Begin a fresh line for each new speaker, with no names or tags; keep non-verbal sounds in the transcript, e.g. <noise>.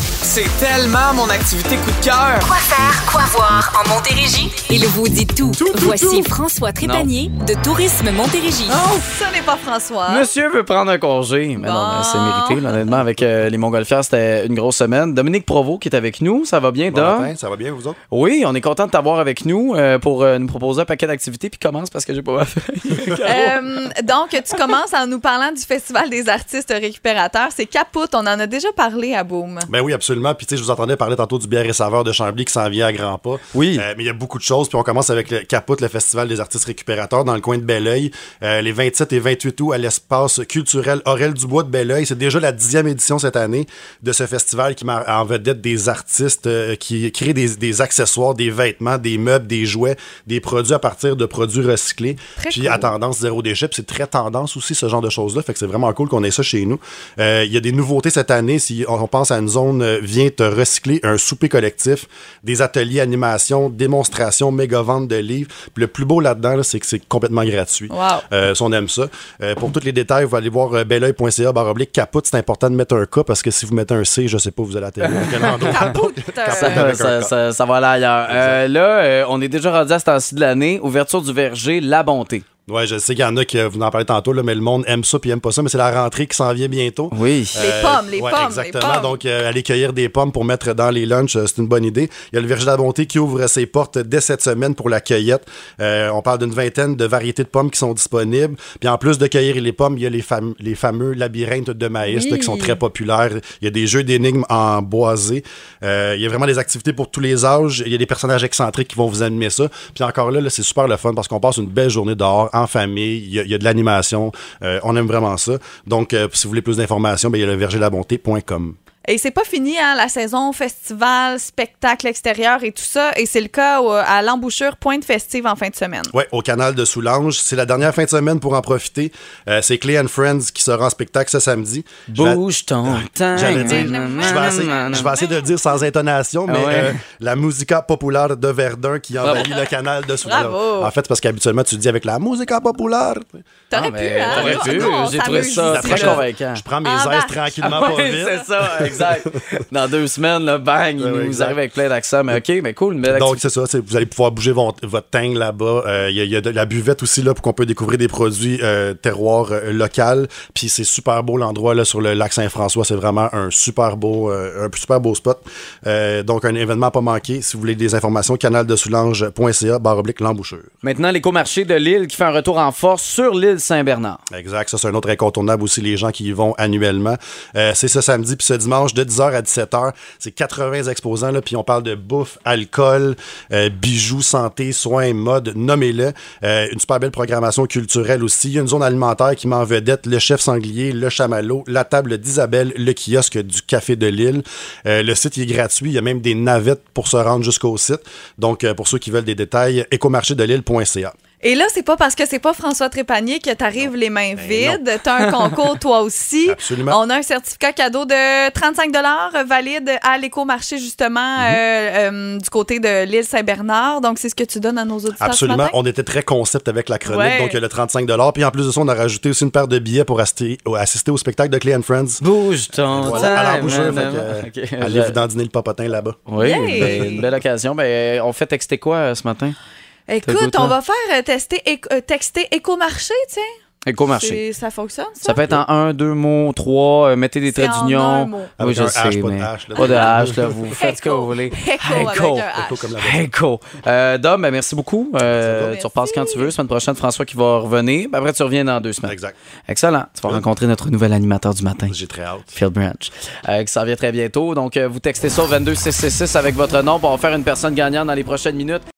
c'est tellement mon activité coup de cœur.
Quoi faire, quoi voir en Montérégie? Il vous dit tout.
Tout, tout,
Voici
tout.
François Trépanier de Tourisme Montérégie.
Oh!
Ça n'est pas François.
Monsieur veut prendre un congé. Mais non, mais c'est mérité, là, honnêtement. Avec euh, les Montgolfières, c'était une grosse semaine. Dominique Provo qui est avec nous. Ça va bien,
Bon
Dom?
matin, ça va bien, vous autres?
Oui, on est content de t'avoir avec nous euh, pour euh, nous proposer un paquet d'activités. Puis commence parce que j'ai pas ma feuille. Caro.
Euh, donc, tu commences en nous parlant du Festival des artistes récupérateurs. C'est capote, on en a déjà parlé à Boom.
Ben oui, absolument. Puis, tu sais, je vous entendais parler tantôt du bière et saveur de Chambly qui s'en vient à grands pas.
Oui.
Euh, mais il y a beaucoup de choses. Puis, on commence avec le Capote, le Festival des artistes récupérateurs dans le coin de Belleuil, euh, les 27 et 28 août à l'espace culturel Aurel Dubois de Belleuil. C'est déjà la dixième édition cette année de ce festival qui met en vedette des artistes euh, qui créent des, des accessoires, des vêtements, des meubles, des jouets, des produits à partir de produits recyclés.
Très
puis,
cool.
à tendance zéro déchet. puis C'est très tendance aussi, ce genre de choses-là. Fait que c'est vraiment cool qu'on ait ça chez nous. Euh, Il y a des nouveautés cette année. Si on on pense à une zone euh, Viens te recycler, un souper collectif, des ateliers animation, démonstrations, méga vente de livres. Puis le plus beau là-dedans, là, c'est que c'est complètement gratuit.
Wow.
Euh, si on aime ça. Euh, pour tous les détails, vous allez voir euh, belleuil.ca baroblique capote. C'est important de mettre un K parce que si vous mettez un C, je sais pas, vous allez atterrir à quel endroit.
<laughs> Capote.
ça, ça- ça- ça va aller ailleurs. Euh, là, euh, on est déjà rendu à ce temps-ci de l'année. Ouverture du verger, la bonté.
Ouais, je sais qu'il y en a qui euh, vous en parlez tantôt, là, mais le monde aime ça puis aime pas ça, mais c'est la rentrée qui s'en vient bientôt.
Oui.
Les
Euh,
pommes, les
ouais,
pommes,
Exactement.
les pommes.
Donc, euh, aller cueillir des pommes pour mettre dans les lunchs, euh, c'est une bonne idée. Il y a le Virgin de la Bonté qui ouvre ses portes dès cette semaine pour la cueillette. Euh, on parle d'une vingtaine de variétés de pommes qui sont disponibles. Puis en plus de cueillir les pommes, il y a les, fam- les fameux labyrinthes de maïs là, qui sont très populaires. Il y a des jeux d'énigmes en boisé. Euh, il y a vraiment des activités pour tous les âges. Il y a des personnages excentriques qui vont vous animer ça. Puis encore là, là, c'est super le fun parce qu'on passe une belle journée dehors, en famille. Il y a, il y a de l'animation. Euh, on aime vraiment ça. Donc, euh, si vous voulez plus d'informations, ben, il y a le vergerlabonté.com.
Et c'est pas fini, hein, la saison festival, spectacle extérieur et tout ça. Et c'est le cas euh, à l'embouchure Pointe Festive en fin de semaine.
Ouais, au canal de Soulanges. C'est la dernière fin de semaine pour en profiter. Euh, c'est Clay and Friends qui sera en spectacle ce samedi. Je vais-
Bouge ton temps.
J'allais dire, je vais essayer- je vais essayer de le dire sans intonation, mais
Ah ouais.
euh, la musica populaire de Verdun qui envahit le canal de Soulanges.
Bravo.
En fait, c'est parce qu'habituellement, tu dis avec la musica populaire.
Ah,
T'aurais pu,
mais
hein?
t'aurais
Non,
pu,
non, on
j'ai trouvé
s'amuse
ça
ici,
très
là.
je-
convainquant.
Je prends mes
Ah,
airs
bah.
tranquillement
Ah
pas
oui,
vite.
c'est ça, exact. Dans deux semaines, là, bang, il
Ouais, ouais,
nous
exact.
arrive avec plein d'accents. Mais OK, mais cool. Mais
Donc, c'est ça. c'est- Vous allez pouvoir bouger von- votre teigne là-bas. Euh, Il y, a- il y a de la buvette aussi là pour qu'on peut découvrir des produits euh, terroirs euh, local. Puis c'est super beau l'endroit là sur le lac Saint-François. C'est vraiment un super beau, euh, un super beau spot. Euh, donc, un événement à pas manqué. Si vous voulez des informations, canaldesoulange.ca barre oblique l'embouchure.
maintenant, l'écomarché de Lille qui fait un retour en force sur l'île Saint-Bernard.
Exact, ça c'est un autre incontournable aussi, les gens qui y vont annuellement. Euh, c'est ce samedi puis ce dimanche de 10h à 17h. C'est 80 exposants, là, puis on parle de bouffe, alcool, euh, bijoux, santé, soins, mode, nommez-le. Euh, une super belle programmation culturelle aussi. Il y a une zone alimentaire qui met en vedette le chef sanglier, le chamallow, la table d'Isabelle, le kiosque du Café de Lille. Euh, le site il est gratuit, il y a même des navettes pour se rendre jusqu'au site. Donc, euh, pour ceux qui veulent des détails, écomarchédelille.ca.
Et là, c'est pas parce que c'est pas François Trépanier que t'arrives les mains vides. T'as un concours, toi aussi.
Absolument.
On a un certificat cadeau de 35 valide à l'écomarché, justement, euh, euh, du côté de l'île Saint-Bernard. Donc, c'est ce que tu donnes à nos auditeurs. ce
Absolument.
matin?
On était très concept avec la chronique.
Ouais.
Donc, il y a le 35 Puis en plus de ça, on a rajouté aussi une paire de billets pour assister, au- assister au spectacle de Clay and Friends.
Bouge ton
Voilà,
temps.
à l'embouchure.
man,
fait que, euh,
man. Ok,
Allez
je-
vous dandiner le papotin là-bas.
Oui,
Yay!
ben, une belle occasion. Ben, on fait texter quoi euh, ce matin?
Écoute,
goût,
on
là?
va faire euh, tester éco- euh, texter écomarché, tiens.
Écomarché.
C'est- Ça fonctionne, ça?
Ça peut être en un, deux mots, trois, euh, mettez des
C'est
traits
en un
d'union.
mot.
Oui,
Avec
je
un
sais,
H, pas de
mais
H, là.
pas de H, là,
<laughs>
vous faites ce que
Écho.
vous voulez.
Écho avec
Écho.
un H.
Écho comme la
Écho. Euh, Dom, ben, merci beaucoup. Euh,
Merci.
tu repasses quand tu veux. Semaine prochaine, François qui va revenir. Ben, après, tu reviens dans deux semaines.
Exact.
Excellent. Tu vas rencontrer notre nouvel animateur du matin.
J'ai très hâte.
Field Branch, euh, qui s'en vient très bientôt. Donc, euh, vous textez ça au 22666 avec votre nom pour en faire une personne gagnante dans les prochaines minutes.